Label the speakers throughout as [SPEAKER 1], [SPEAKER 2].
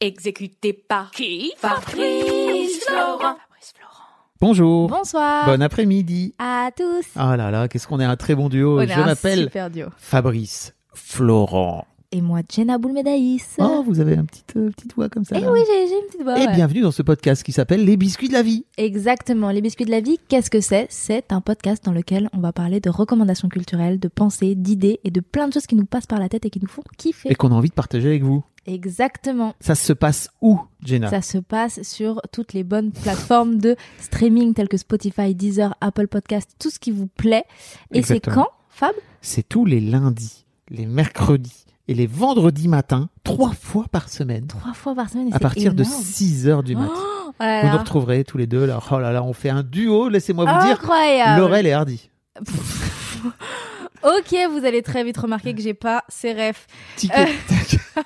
[SPEAKER 1] exécuté par
[SPEAKER 2] Qui
[SPEAKER 1] Fabrice Florent.
[SPEAKER 3] Bonjour,
[SPEAKER 4] Bonsoir
[SPEAKER 3] bon après-midi.
[SPEAKER 4] à tous.
[SPEAKER 3] Ah là là, qu'est-ce qu'on est un très bon duo.
[SPEAKER 4] On est
[SPEAKER 3] Je
[SPEAKER 4] un
[SPEAKER 3] m'appelle
[SPEAKER 4] super duo.
[SPEAKER 3] Fabrice Florent.
[SPEAKER 4] Et moi, Jenna Boulmedaïs.
[SPEAKER 3] Oh, vous avez une petite, euh, petite voix comme ça.
[SPEAKER 4] Eh
[SPEAKER 3] là.
[SPEAKER 4] oui, j'ai j'ai une petite voix.
[SPEAKER 3] Et
[SPEAKER 4] ouais.
[SPEAKER 3] bienvenue dans ce podcast qui s'appelle Les biscuits de la vie.
[SPEAKER 4] Exactement. Les biscuits de la vie, qu'est-ce que c'est C'est un podcast dans lequel on va parler de recommandations culturelles, de pensées, d'idées et de plein de choses qui nous passent par la tête et qui nous font kiffer.
[SPEAKER 3] Et qu'on a envie de partager avec vous.
[SPEAKER 4] Exactement.
[SPEAKER 3] Ça se passe où, Jenna
[SPEAKER 4] Ça se passe sur toutes les bonnes plateformes de streaming telles que Spotify, Deezer, Apple Podcast, tout ce qui vous plaît. Et c'est
[SPEAKER 3] Exactement.
[SPEAKER 4] quand, Fab
[SPEAKER 3] C'est tous les lundis, les mercredis et les vendredis matins, trois fois par semaine.
[SPEAKER 4] Trois fois par semaine. et
[SPEAKER 3] À
[SPEAKER 4] c'est
[SPEAKER 3] partir de
[SPEAKER 4] énorme.
[SPEAKER 3] 6 heures du matin.
[SPEAKER 4] Oh là
[SPEAKER 3] vous nous
[SPEAKER 4] là. Ah,
[SPEAKER 3] retrouverez tous les deux. Là. Oh là là, on fait un duo, laissez-moi vous dire.
[SPEAKER 4] Incroyable.
[SPEAKER 3] Laurel et Hardy.
[SPEAKER 4] Ok, vous allez très vite remarquer que j'ai pas ces refs.
[SPEAKER 3] Tic et tac.
[SPEAKER 2] Euh.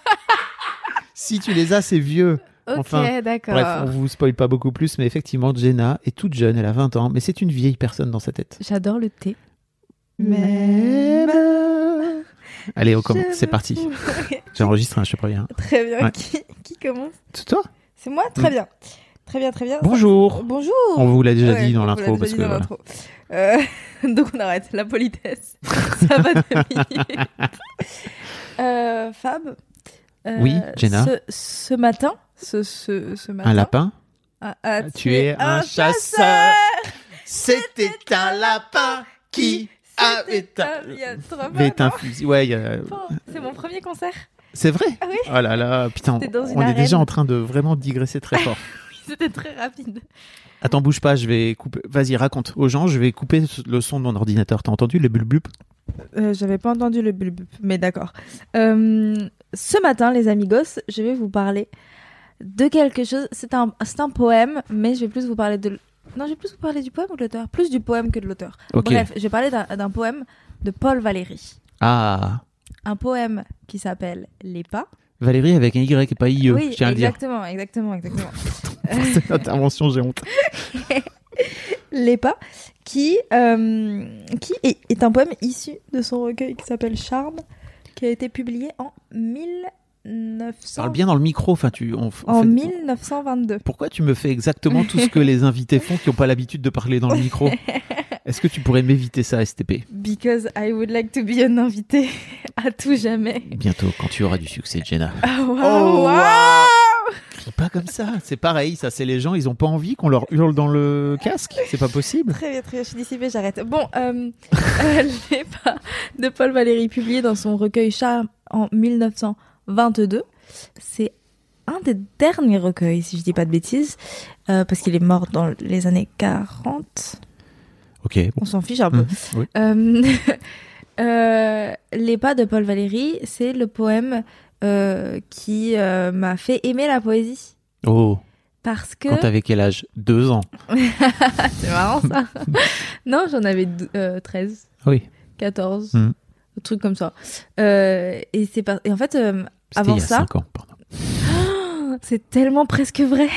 [SPEAKER 3] si tu les as, c'est vieux.
[SPEAKER 4] Ok,
[SPEAKER 3] Enfin,
[SPEAKER 4] d'accord.
[SPEAKER 3] Bref, on vous spoil pas beaucoup plus, mais effectivement, Jenna est toute jeune, elle a 20 ans, mais c'est une vieille personne dans sa tête.
[SPEAKER 4] J'adore le thé.
[SPEAKER 3] Allez, on commence,
[SPEAKER 2] Je
[SPEAKER 3] c'est
[SPEAKER 2] me
[SPEAKER 3] parti.
[SPEAKER 2] Ok,
[SPEAKER 3] J'enregistre, hein, je te préviens.
[SPEAKER 2] Très bien.
[SPEAKER 3] Ouais.
[SPEAKER 2] Qui, qui commence
[SPEAKER 3] C'est toi
[SPEAKER 2] C'est moi Très
[SPEAKER 3] Mm.
[SPEAKER 2] bien. Très bien, très bien.
[SPEAKER 3] Bonjour
[SPEAKER 2] Bonjour.
[SPEAKER 3] On vous l'a déjà
[SPEAKER 2] Ouais,
[SPEAKER 3] dit dans
[SPEAKER 2] on
[SPEAKER 3] l'intro,
[SPEAKER 2] l'a
[SPEAKER 3] parce
[SPEAKER 2] déjà
[SPEAKER 3] que
[SPEAKER 2] dit dans
[SPEAKER 3] voilà.
[SPEAKER 2] l'intro. Euh, donc on arrête la politesse. Ça va deux minutes. Euh, Fab. euh,
[SPEAKER 3] Oui, Jenna.
[SPEAKER 2] Ce, ce matin, ce, ce, ce matin.
[SPEAKER 3] un lapin,
[SPEAKER 2] a- a
[SPEAKER 3] tu es
[SPEAKER 2] tué
[SPEAKER 3] un chasseur. C'était un lapin qui avait
[SPEAKER 2] C'était un- il y a
[SPEAKER 3] euh,
[SPEAKER 2] trois fois,
[SPEAKER 3] avait
[SPEAKER 2] non
[SPEAKER 3] un fusil. Ouais, il y a-
[SPEAKER 2] Putain, C'est mon premier concert.
[SPEAKER 3] c'est vrai.
[SPEAKER 2] Ah oui.
[SPEAKER 3] Oh là là, putain,
[SPEAKER 2] C'était dans une
[SPEAKER 3] on est
[SPEAKER 2] arène.
[SPEAKER 3] déjà en train de vraiment digresser très fort.
[SPEAKER 2] C'était très rapide.
[SPEAKER 3] Attends, bouge pas, je vais couper. Vas-y, raconte aux gens, je vais couper le son de mon ordinateur. T'as entendu le bulbul
[SPEAKER 2] Euh, J'avais pas entendu le bulbe, mais d'accord. Euh, ce matin, les amigos, je vais vous parler de quelque chose. C'est un, c'est un poème, mais je vais plus vous parler de. l- Non, je vais plus vous parler du poème ou de l'auteur. Plus du poème que de l'auteur.
[SPEAKER 3] Ok.
[SPEAKER 2] Euh, Bref, je vais parler d'un d'un poème de Paul Valéry.
[SPEAKER 3] Ah,
[SPEAKER 2] Un poème qui s'appelle Les Pas.
[SPEAKER 3] Valérie avec un Y et pas IE,
[SPEAKER 2] oui,
[SPEAKER 3] je tiens à le dire.
[SPEAKER 2] exactement, exactement, exactement.
[SPEAKER 3] Cette intervention, j'ai honte.
[SPEAKER 2] Lepa, qui, euh, qui est, est un poème issu de son recueil qui s'appelle Charme, qui a été publié en 1900
[SPEAKER 3] Parle bien dans le micro, enfin, tu. On, on
[SPEAKER 2] en
[SPEAKER 3] fait-
[SPEAKER 2] 1922.
[SPEAKER 3] Pourquoi tu me fais exactement tout ce que les invités font qui n'ont pas l'habitude de parler dans le micro Est-ce que tu pourrais m'éviter ça, STP
[SPEAKER 2] Because I would like to be an invité à tout jamais.
[SPEAKER 3] Bientôt, quand tu auras du succès, Jenna.
[SPEAKER 2] Ah, waouh,
[SPEAKER 3] Oh,
[SPEAKER 2] waouh.
[SPEAKER 3] Crie pas comme ça, c'est pareil, ça, c'est les gens, ils ont pas envie qu'on leur hurle dans le casque, c'est pas possible.
[SPEAKER 2] Très bien, très bien, je suis dissipée, j'arrête. Bon, euh, euh, Les Pas de Paul Valéry, publié dans son recueil Charme en 1922. C'est un des derniers recueils, si je dis pas de bêtises, euh, parce qu'il est mort dans les années 40.
[SPEAKER 3] Ok,
[SPEAKER 2] On s'en fiche un peu.
[SPEAKER 3] Mhm, oui.
[SPEAKER 2] Euh, euh, les pas de Paul Valéry, c'est le poème euh, qui euh, m'a fait aimer la poésie.
[SPEAKER 3] Oh,
[SPEAKER 2] Parce que.
[SPEAKER 3] quand t'avais quel âge Deux ans.
[SPEAKER 2] C'est marrant ça. non, j'en avais dou- euh, 13.
[SPEAKER 3] Oui.
[SPEAKER 2] 14,
[SPEAKER 3] Mm.
[SPEAKER 2] un truc comme ça. Euh, et c'est par- et en fait, euh,
[SPEAKER 3] C'était
[SPEAKER 2] Avant
[SPEAKER 3] il y a
[SPEAKER 2] ça
[SPEAKER 3] cinq ans, pardon.
[SPEAKER 2] c'est tellement presque vrai.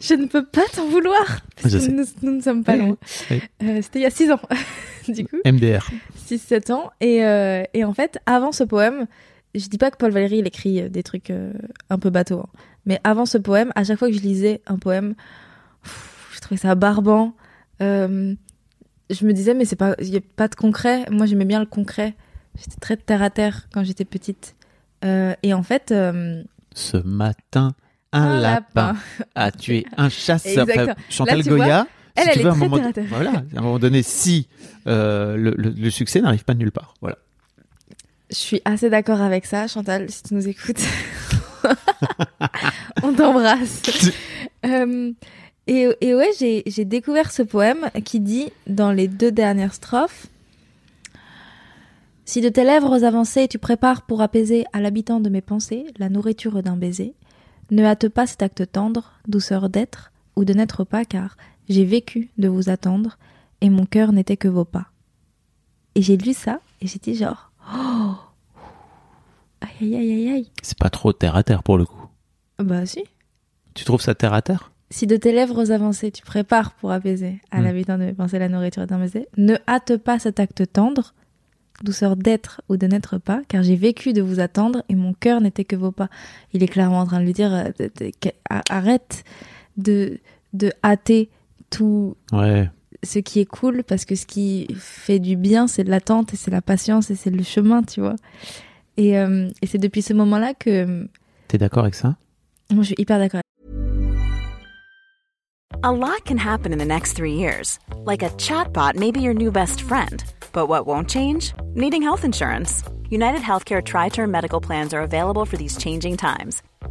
[SPEAKER 2] Je ne peux pas t'en vouloir. Parce
[SPEAKER 3] Je
[SPEAKER 2] que
[SPEAKER 3] sais.
[SPEAKER 2] Nous, nous ne sommes pas loin.
[SPEAKER 3] Oui.
[SPEAKER 2] Euh, C'était il y a 6 ans, du coup.
[SPEAKER 3] MDR.
[SPEAKER 2] 6-7 ans. Et, euh, et en fait, avant ce poème, je dis pas que Paul Valéry, il écrit euh, des trucs euh, un peu bateaux. hein. Mais avant ce poème, à chaque fois que je lisais un poème, pff, je trouvais ça barbant. Euh, je me disais, mais c'est pas, il y a pas de concret. Moi, j'aimais bien le concret. J'étais très terre à terre quand j'étais petite. Euh, et en fait, euh,
[SPEAKER 3] Ce matin, un, lapin. Ah, tu es un chasseur.
[SPEAKER 2] Exactement.
[SPEAKER 3] Enfin, Chantal
[SPEAKER 2] Là, tu
[SPEAKER 3] Goya,
[SPEAKER 2] elle,
[SPEAKER 3] si tu
[SPEAKER 2] elle
[SPEAKER 3] veux,
[SPEAKER 2] est
[SPEAKER 3] à un
[SPEAKER 2] très
[SPEAKER 3] moment
[SPEAKER 2] terre à terre.
[SPEAKER 3] Voilà, à un moment donné, si euh, le, le- le succès n'arrive pas de nulle part. Voilà.
[SPEAKER 2] Je suis assez d'accord avec ça, Chantal, si tu nous écoutes. On t'embrasse. Euh, et, et ouais, j'ai j'ai découvert ce poème qui dit, dans les deux dernières strophes, Si de tes lèvres avancées tu prépares pour apaiser à l'habitant de mes pensées la nourriture d'un baiser, ne hâte pas cet acte tendre, douceur d'être ou de n'être pas, car j'ai vécu de vous attendre et mon cœur n'était que vos pas. Et j'ai lu ça et j'ai dit genre, oh, aïe aïe aïe aïe aïe.
[SPEAKER 3] C'est pas trop terre à terre pour le coup.
[SPEAKER 2] Bah si.
[SPEAKER 3] Tu trouves ça terre à terre
[SPEAKER 2] Si de tes lèvres avancées tu prépares pour apaiser à
[SPEAKER 3] Mm.
[SPEAKER 2] l'habitant de mes pensées la nourriture d'un baiser, ne hâte pas cet acte tendre, douceur d'être ou de n'être pas, car j'ai vécu de vous attendre et mon cœur n'était que vos pas. Il est clairement en train de lui dire euh, de- de- que- a- arrête de, de hâter tout
[SPEAKER 3] Ouais.
[SPEAKER 2] ce qui est cool, parce que ce qui fait du bien, c'est de l'attente et c'est la patience et c'est le chemin, tu vois. Et, euh, et c'est depuis ce moment-là que euh,
[SPEAKER 3] T'es d'accord avec ça
[SPEAKER 2] moi je suis hyper d'accord.
[SPEAKER 5] A lot can happen in the next three years. Like a chatbot may be your new best friend. But what won't change? Needing health insurance. United Healthcare Tri Term Medical Plans are available for these changing times.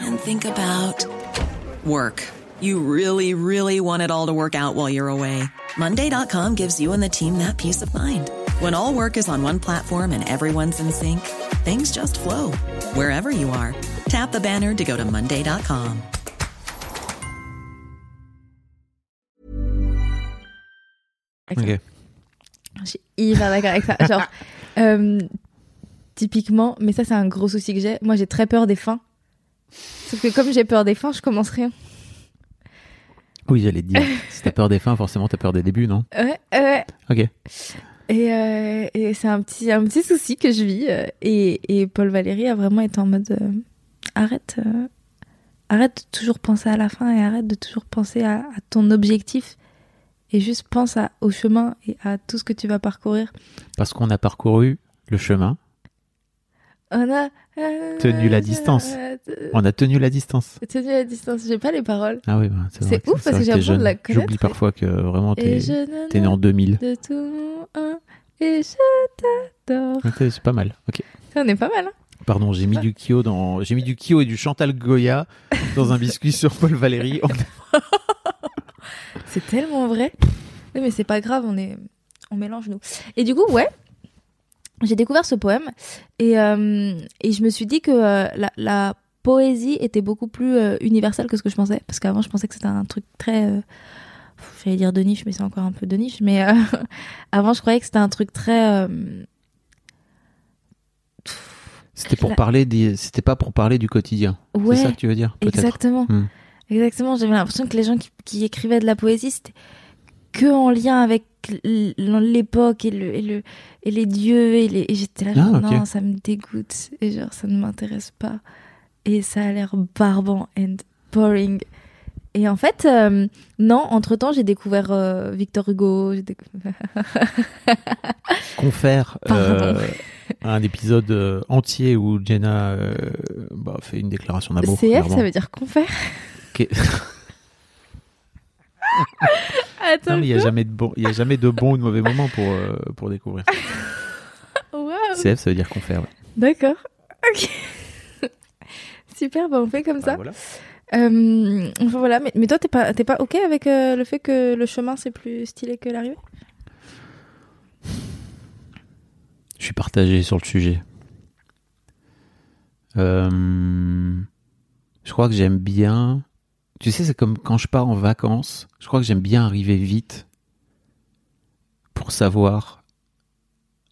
[SPEAKER 6] and think about work. You really, really want it all to work out while you're away. Monday.com gives you and the team that peace of mind. When all work is on one platform and everyone's in sync, things just flow wherever you are. Tap the banner to go to Monday.com.
[SPEAKER 2] avec ça.
[SPEAKER 3] Ok.
[SPEAKER 2] Je suis hyper d'accord avec ça. Genre, euh, typiquement, mais ça, c'est un gros souci que j'ai. Moi, j'ai très peur des fins. Sauf que comme j'ai peur des fins, je commence rien.
[SPEAKER 3] Oui, j'allais te dire. si t'as peur des fins, forcément t'as peur des débuts, non
[SPEAKER 2] Ouais, ouais.
[SPEAKER 3] Ok.
[SPEAKER 2] Et, euh, et c'est un petit, un petit souci que je vis. euh, Et, et Paul Valéry a vraiment été en mode euh, arrête, euh, arrête de toujours penser à la fin et arrête de toujours penser à, à ton objectif. Et juste pense à- au chemin et à tout ce que tu vas parcourir.
[SPEAKER 3] Parce qu'on a parcouru le chemin,
[SPEAKER 2] On a. euh,
[SPEAKER 3] Tenu la distance.
[SPEAKER 2] euh,
[SPEAKER 3] on a tenu la distance.
[SPEAKER 2] Tenu la distance, j'ai pas les paroles.
[SPEAKER 3] Ah oui, bah,
[SPEAKER 2] C'est ouf parce que j'ai
[SPEAKER 3] t'es
[SPEAKER 2] l'impression de
[SPEAKER 3] jeune.
[SPEAKER 2] la connaître,
[SPEAKER 3] J'oublie
[SPEAKER 2] et-
[SPEAKER 3] parfois que vraiment t'es
[SPEAKER 2] Et je ne
[SPEAKER 3] t'es né en 2000.
[SPEAKER 2] de tout mon un, et je t'adore.
[SPEAKER 3] Ok, C'est pas mal. Ok.
[SPEAKER 2] Ça, On est pas mal, hein
[SPEAKER 3] Pardon, j'ai mis du Kyo dans, j'ai mis du Kyo et du Chantal Goya dans un biscuit sur Paul Valéry. On-
[SPEAKER 2] C'est tellement vrai. Oui, mais c'est pas grave, on est, on mélange nous. Et du coup, ouais, j'ai découvert ce poème et, euh, et je me suis dit que euh, la, la poésie était beaucoup plus euh, universelle que ce que je pensais, parce qu'avant je pensais que c'était un truc très, euh, pff, j'allais dire de niche, mais c'est encore un peu de niche. Mais euh, avant, je croyais que c'était un truc très euh,
[SPEAKER 3] C'était pour
[SPEAKER 2] La-
[SPEAKER 3] parler des, c'était pas pour parler du quotidien.
[SPEAKER 2] ouais.
[SPEAKER 3] C'est ça que tu veux dire, peut-être.
[SPEAKER 2] Exactement.
[SPEAKER 3] Hmm.
[SPEAKER 2] Exactement. J'avais l'impression que les gens qui, qui écrivaient de la poésie, c'était que en lien avec l- l'époque et, le, et, le, et les dieux. Et, les- et j'étais là, genre,
[SPEAKER 3] Ah, ok.
[SPEAKER 2] non, ça me dégoûte. Et genre, ça ne m'intéresse pas. Et ça a l'air barbant and boring. Et en fait, euh, non, entre-temps, j'ai découvert euh, Victor Hugo. j'ai décou-
[SPEAKER 3] Ah Confère euh,
[SPEAKER 2] Pardon.
[SPEAKER 3] un épisode euh, entier où Jenna euh, bah, fait une déclaration d'amour.
[SPEAKER 2] CF,
[SPEAKER 3] clairement.
[SPEAKER 2] ça veut dire confère.
[SPEAKER 3] Ok. Non,
[SPEAKER 2] Attends,
[SPEAKER 3] mais il n'y a jamais de bon, il y a jamais de bon ou de mauvais moment pour euh, pour découvrir.
[SPEAKER 2] Ah waouh.
[SPEAKER 3] CF, ça veut dire confère. ouais.
[SPEAKER 2] D'accord. Ok. Super, bah on fait comme ça.
[SPEAKER 3] Ah, voilà.
[SPEAKER 2] Euh, enfin voilà, mais, mais toi, t'es pas, t'es pas OK avec euh, le fait que le chemin, c'est plus stylé que l'arrivée
[SPEAKER 3] Je suis partagé sur le sujet. Euh, je crois que j'aime bien. Tu sais, c'est comme quand je pars en vacances. Je crois que j'aime bien arriver vite pour savoir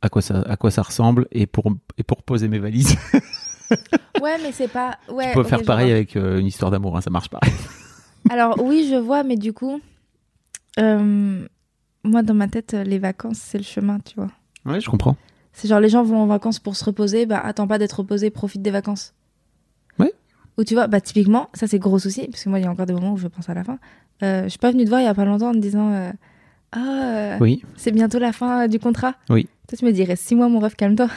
[SPEAKER 3] à quoi ça, à quoi ça ressemble et pour, et pour poser mes valises.
[SPEAKER 2] Ouais, mais c'est pas... Ouais,
[SPEAKER 3] tu peux
[SPEAKER 2] ok,
[SPEAKER 3] faire
[SPEAKER 2] je
[SPEAKER 3] pareil
[SPEAKER 2] vois.
[SPEAKER 3] avec euh, une histoire d'amour, hein, ça marche pas.
[SPEAKER 2] Alors oui, je vois, mais du coup, euh, moi, dans ma tête, euh, les vacances, c'est le chemin, tu vois.
[SPEAKER 3] Ouais, je comprends.
[SPEAKER 2] C'est genre, les gens vont en vacances pour se reposer, bah attends pas d'être reposé, profite des vacances.
[SPEAKER 3] Ouais.
[SPEAKER 2] Ou tu vois, bah typiquement, ça c'est gros souci, parce que moi, il y a encore des moments où je pense à la fin. Euh, je suis pas venue te voir il y a pas longtemps en te disant... euh, ah, euh,
[SPEAKER 3] Oui,
[SPEAKER 2] c'est bientôt la fin euh, du contrat.
[SPEAKER 3] Oui.
[SPEAKER 2] Toi, tu me dirais, six mois, mon rêve, calme-toi.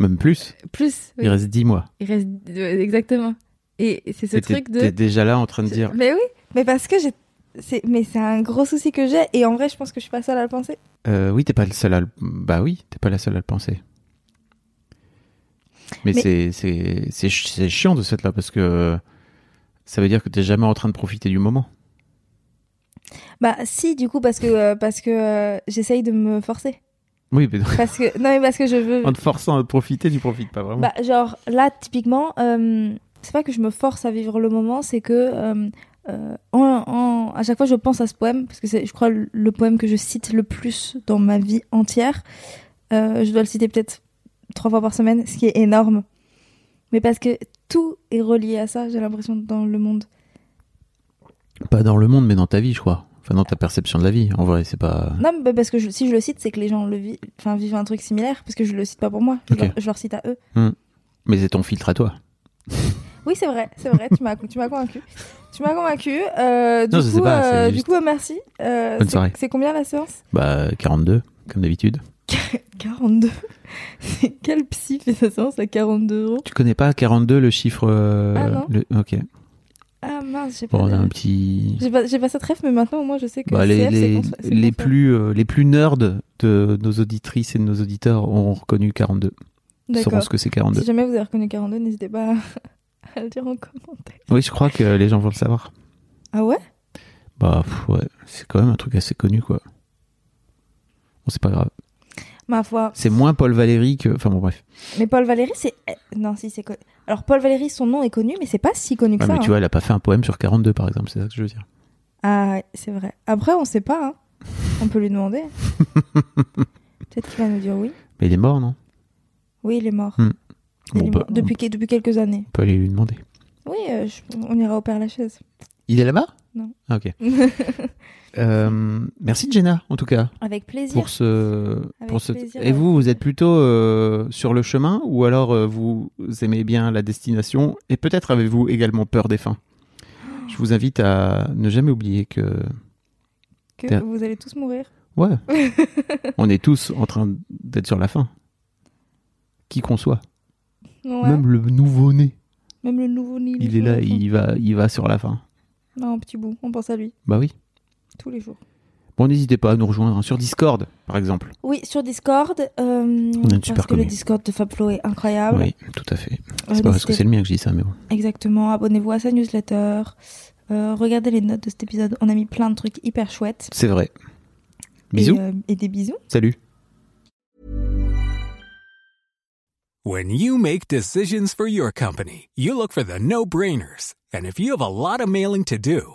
[SPEAKER 3] même plus.
[SPEAKER 2] Plus, oui.
[SPEAKER 3] Il reste 10 mois.
[SPEAKER 2] Il reste ouais, exactement. Et c'est ce
[SPEAKER 3] Et t'es-
[SPEAKER 2] truc
[SPEAKER 3] T'es
[SPEAKER 2] de.
[SPEAKER 3] déjà là en train de dire.
[SPEAKER 2] Mais oui, mais parce que j'ai. c'est- Mais c'est un gros souci que j'ai et en vrai, je pense que je suis pas seule à le penser.
[SPEAKER 3] Euh, oui, t'es pas le seul à le... Bah oui, t'es pas la seule à le penser. Mais,
[SPEAKER 2] Mais-
[SPEAKER 3] c'est- c'est c'est ch- c'est chiant de cette là parce que ça veut dire que t'es jamais en train de profiter du moment.
[SPEAKER 2] Bah si, du coup, parce que euh, parce que euh, j'essaye de me forcer.
[SPEAKER 3] Oui, mais
[SPEAKER 2] Parce que, non, mais parce que je veux.
[SPEAKER 3] en te forçant à profiter, tu profites pas vraiment.
[SPEAKER 2] Mm. Bah, genre, là, typiquement, euh, c'est pas que je me force à vivre le moment, c'est que euh, euh, en- en- à chaque fois, je pense à ce poème, parce que c'est, je crois, le, le poème que je cite le plus dans ma vie entière. Euh, je dois le citer peut-être trois fois par semaine, ce qui est énorme. Mais parce que tout est relié à ça, j'ai l'impression, dans le monde.
[SPEAKER 3] Pas dans le monde, mais dans ta vie, je crois. Enfin, dans ta perception de la vie. En vrai, c'est pas.
[SPEAKER 2] Non, mais parce que je- si je le cite, c'est que les gens le vi- enfin, vivent un truc similaire, parce que je le cite pas pour moi, je,
[SPEAKER 3] Ok.
[SPEAKER 2] leur, je leur cite à eux.
[SPEAKER 3] Mais c'est ton filtre à toi.
[SPEAKER 2] Oui, c'est vrai, c'est vrai, tu m'as tu m'as convaincu. Tu m'as convaincu. euh, du,
[SPEAKER 3] Non, je sais
[SPEAKER 2] coup,
[SPEAKER 3] pas,
[SPEAKER 2] euh,
[SPEAKER 3] c'est
[SPEAKER 2] du
[SPEAKER 3] juste-
[SPEAKER 2] coup, euh, merci. Euh,
[SPEAKER 3] Bonne
[SPEAKER 2] c'est-
[SPEAKER 3] soirée.
[SPEAKER 2] C'est combien la séance
[SPEAKER 3] Bah, 42, comme d'habitude.
[SPEAKER 2] 42. Quel psy fait sa séance à 42 euros
[SPEAKER 3] Tu connais pas 42, le chiffre. euh,
[SPEAKER 2] Ah, non.
[SPEAKER 3] le- Ok.
[SPEAKER 2] Ah mince, j'ai pas.
[SPEAKER 3] Bon, on a un petit.
[SPEAKER 2] J'ai pas, j'ai pas cette ref, mais maintenant au moins je sais que
[SPEAKER 3] Bah, les,
[SPEAKER 2] CF, c'est
[SPEAKER 3] les,
[SPEAKER 2] cons- c'est
[SPEAKER 3] les
[SPEAKER 2] cons-
[SPEAKER 3] plus, euh, les plus nerds de nos auditrices et de nos auditeurs ont reconnu 42. Sauront
[SPEAKER 2] D'accord.
[SPEAKER 3] ce que c'est 42.
[SPEAKER 2] Si jamais vous avez reconnu 42, n'hésitez pas à- à le dire en commentaire.
[SPEAKER 3] Oui, je crois que les gens vont le savoir.
[SPEAKER 2] Ah ouais
[SPEAKER 3] Bah, pff, ouais, c'est quand même un truc assez connu, quoi. Bon, c'est pas grave.
[SPEAKER 2] Ma foi.
[SPEAKER 3] C'est moins Paul Valéry que. Enfin, bon, bref.
[SPEAKER 2] Mais Paul Valéry, c'est. eh, Non, si, c'est. co- Alors, Paul Valéry, son nom est connu, mais c'est pas si connu que
[SPEAKER 3] Ouais,
[SPEAKER 2] ça.
[SPEAKER 3] mais tu
[SPEAKER 2] hein.
[SPEAKER 3] vois, elle a pas fait un poème sur 42, par exemple, c'est ça que je veux dire.
[SPEAKER 2] Ah, c'est vrai. Après, on sait pas. hein. On peut lui demander. Peut-être qu'il va nous dire oui.
[SPEAKER 3] Mais il est mort, non
[SPEAKER 2] Oui, il est mort. Il
[SPEAKER 3] Hmm. Bon, bah,
[SPEAKER 2] est
[SPEAKER 3] on peut-
[SPEAKER 2] mort depuis, que- depuis quelques années.
[SPEAKER 3] on peut aller lui demander.
[SPEAKER 2] Oui, euh, je- on ira au Père Lachaise.
[SPEAKER 3] Il est là-bas
[SPEAKER 2] Non.
[SPEAKER 3] Ah, ok. Euh, merci Jenna, en tout cas,
[SPEAKER 2] Avec plaisir.
[SPEAKER 3] pour ce.
[SPEAKER 2] Avec
[SPEAKER 3] Pour ce...
[SPEAKER 2] plaisir,
[SPEAKER 3] Et
[SPEAKER 2] ouais.
[SPEAKER 3] vous, vous êtes plutôt euh, sur le chemin ou alors euh, vous aimez bien la destination et peut-être avez-vous également peur des fins Je vous invite à ne jamais oublier que.
[SPEAKER 2] Que
[SPEAKER 3] Ter-
[SPEAKER 2] vous allez tous mourir.
[SPEAKER 3] Ouais, on est tous en train d'être sur la fin. Qui qu'on soit,
[SPEAKER 2] Ouais. Même...
[SPEAKER 3] même le nouveau-né,
[SPEAKER 2] le nouveau Nil.
[SPEAKER 3] il est là, il va, il va sur la fin.
[SPEAKER 2] Non, un petit bout. On pense à lui
[SPEAKER 3] Bah oui.
[SPEAKER 2] tous les jours.
[SPEAKER 3] Bon, n'hésitez pas à nous rejoindre hein, sur Discord, par exemple.
[SPEAKER 2] Oui, sur Discord. euh,
[SPEAKER 3] est
[SPEAKER 2] parce
[SPEAKER 3] super
[SPEAKER 2] que le
[SPEAKER 3] connus.
[SPEAKER 2] Discord de Fablo est incroyable.
[SPEAKER 3] Oui, tout à fait.
[SPEAKER 2] Euh,
[SPEAKER 3] C'est pas parce
[SPEAKER 2] n'hésitez-
[SPEAKER 3] que c'est le mien que je dis ça, mais bon.
[SPEAKER 2] Exactement. Abonnez-vous à sa newsletter. Euh, regardez les notes de cet épisode. On a mis plein de trucs hyper chouettes.
[SPEAKER 3] C'est vrai.
[SPEAKER 2] Et,
[SPEAKER 3] Bisous.
[SPEAKER 2] euh, et des bisous.
[SPEAKER 3] Salut.
[SPEAKER 7] When you make decisions for your company, you look for the no brainers. And if you have a lot of mailing to do,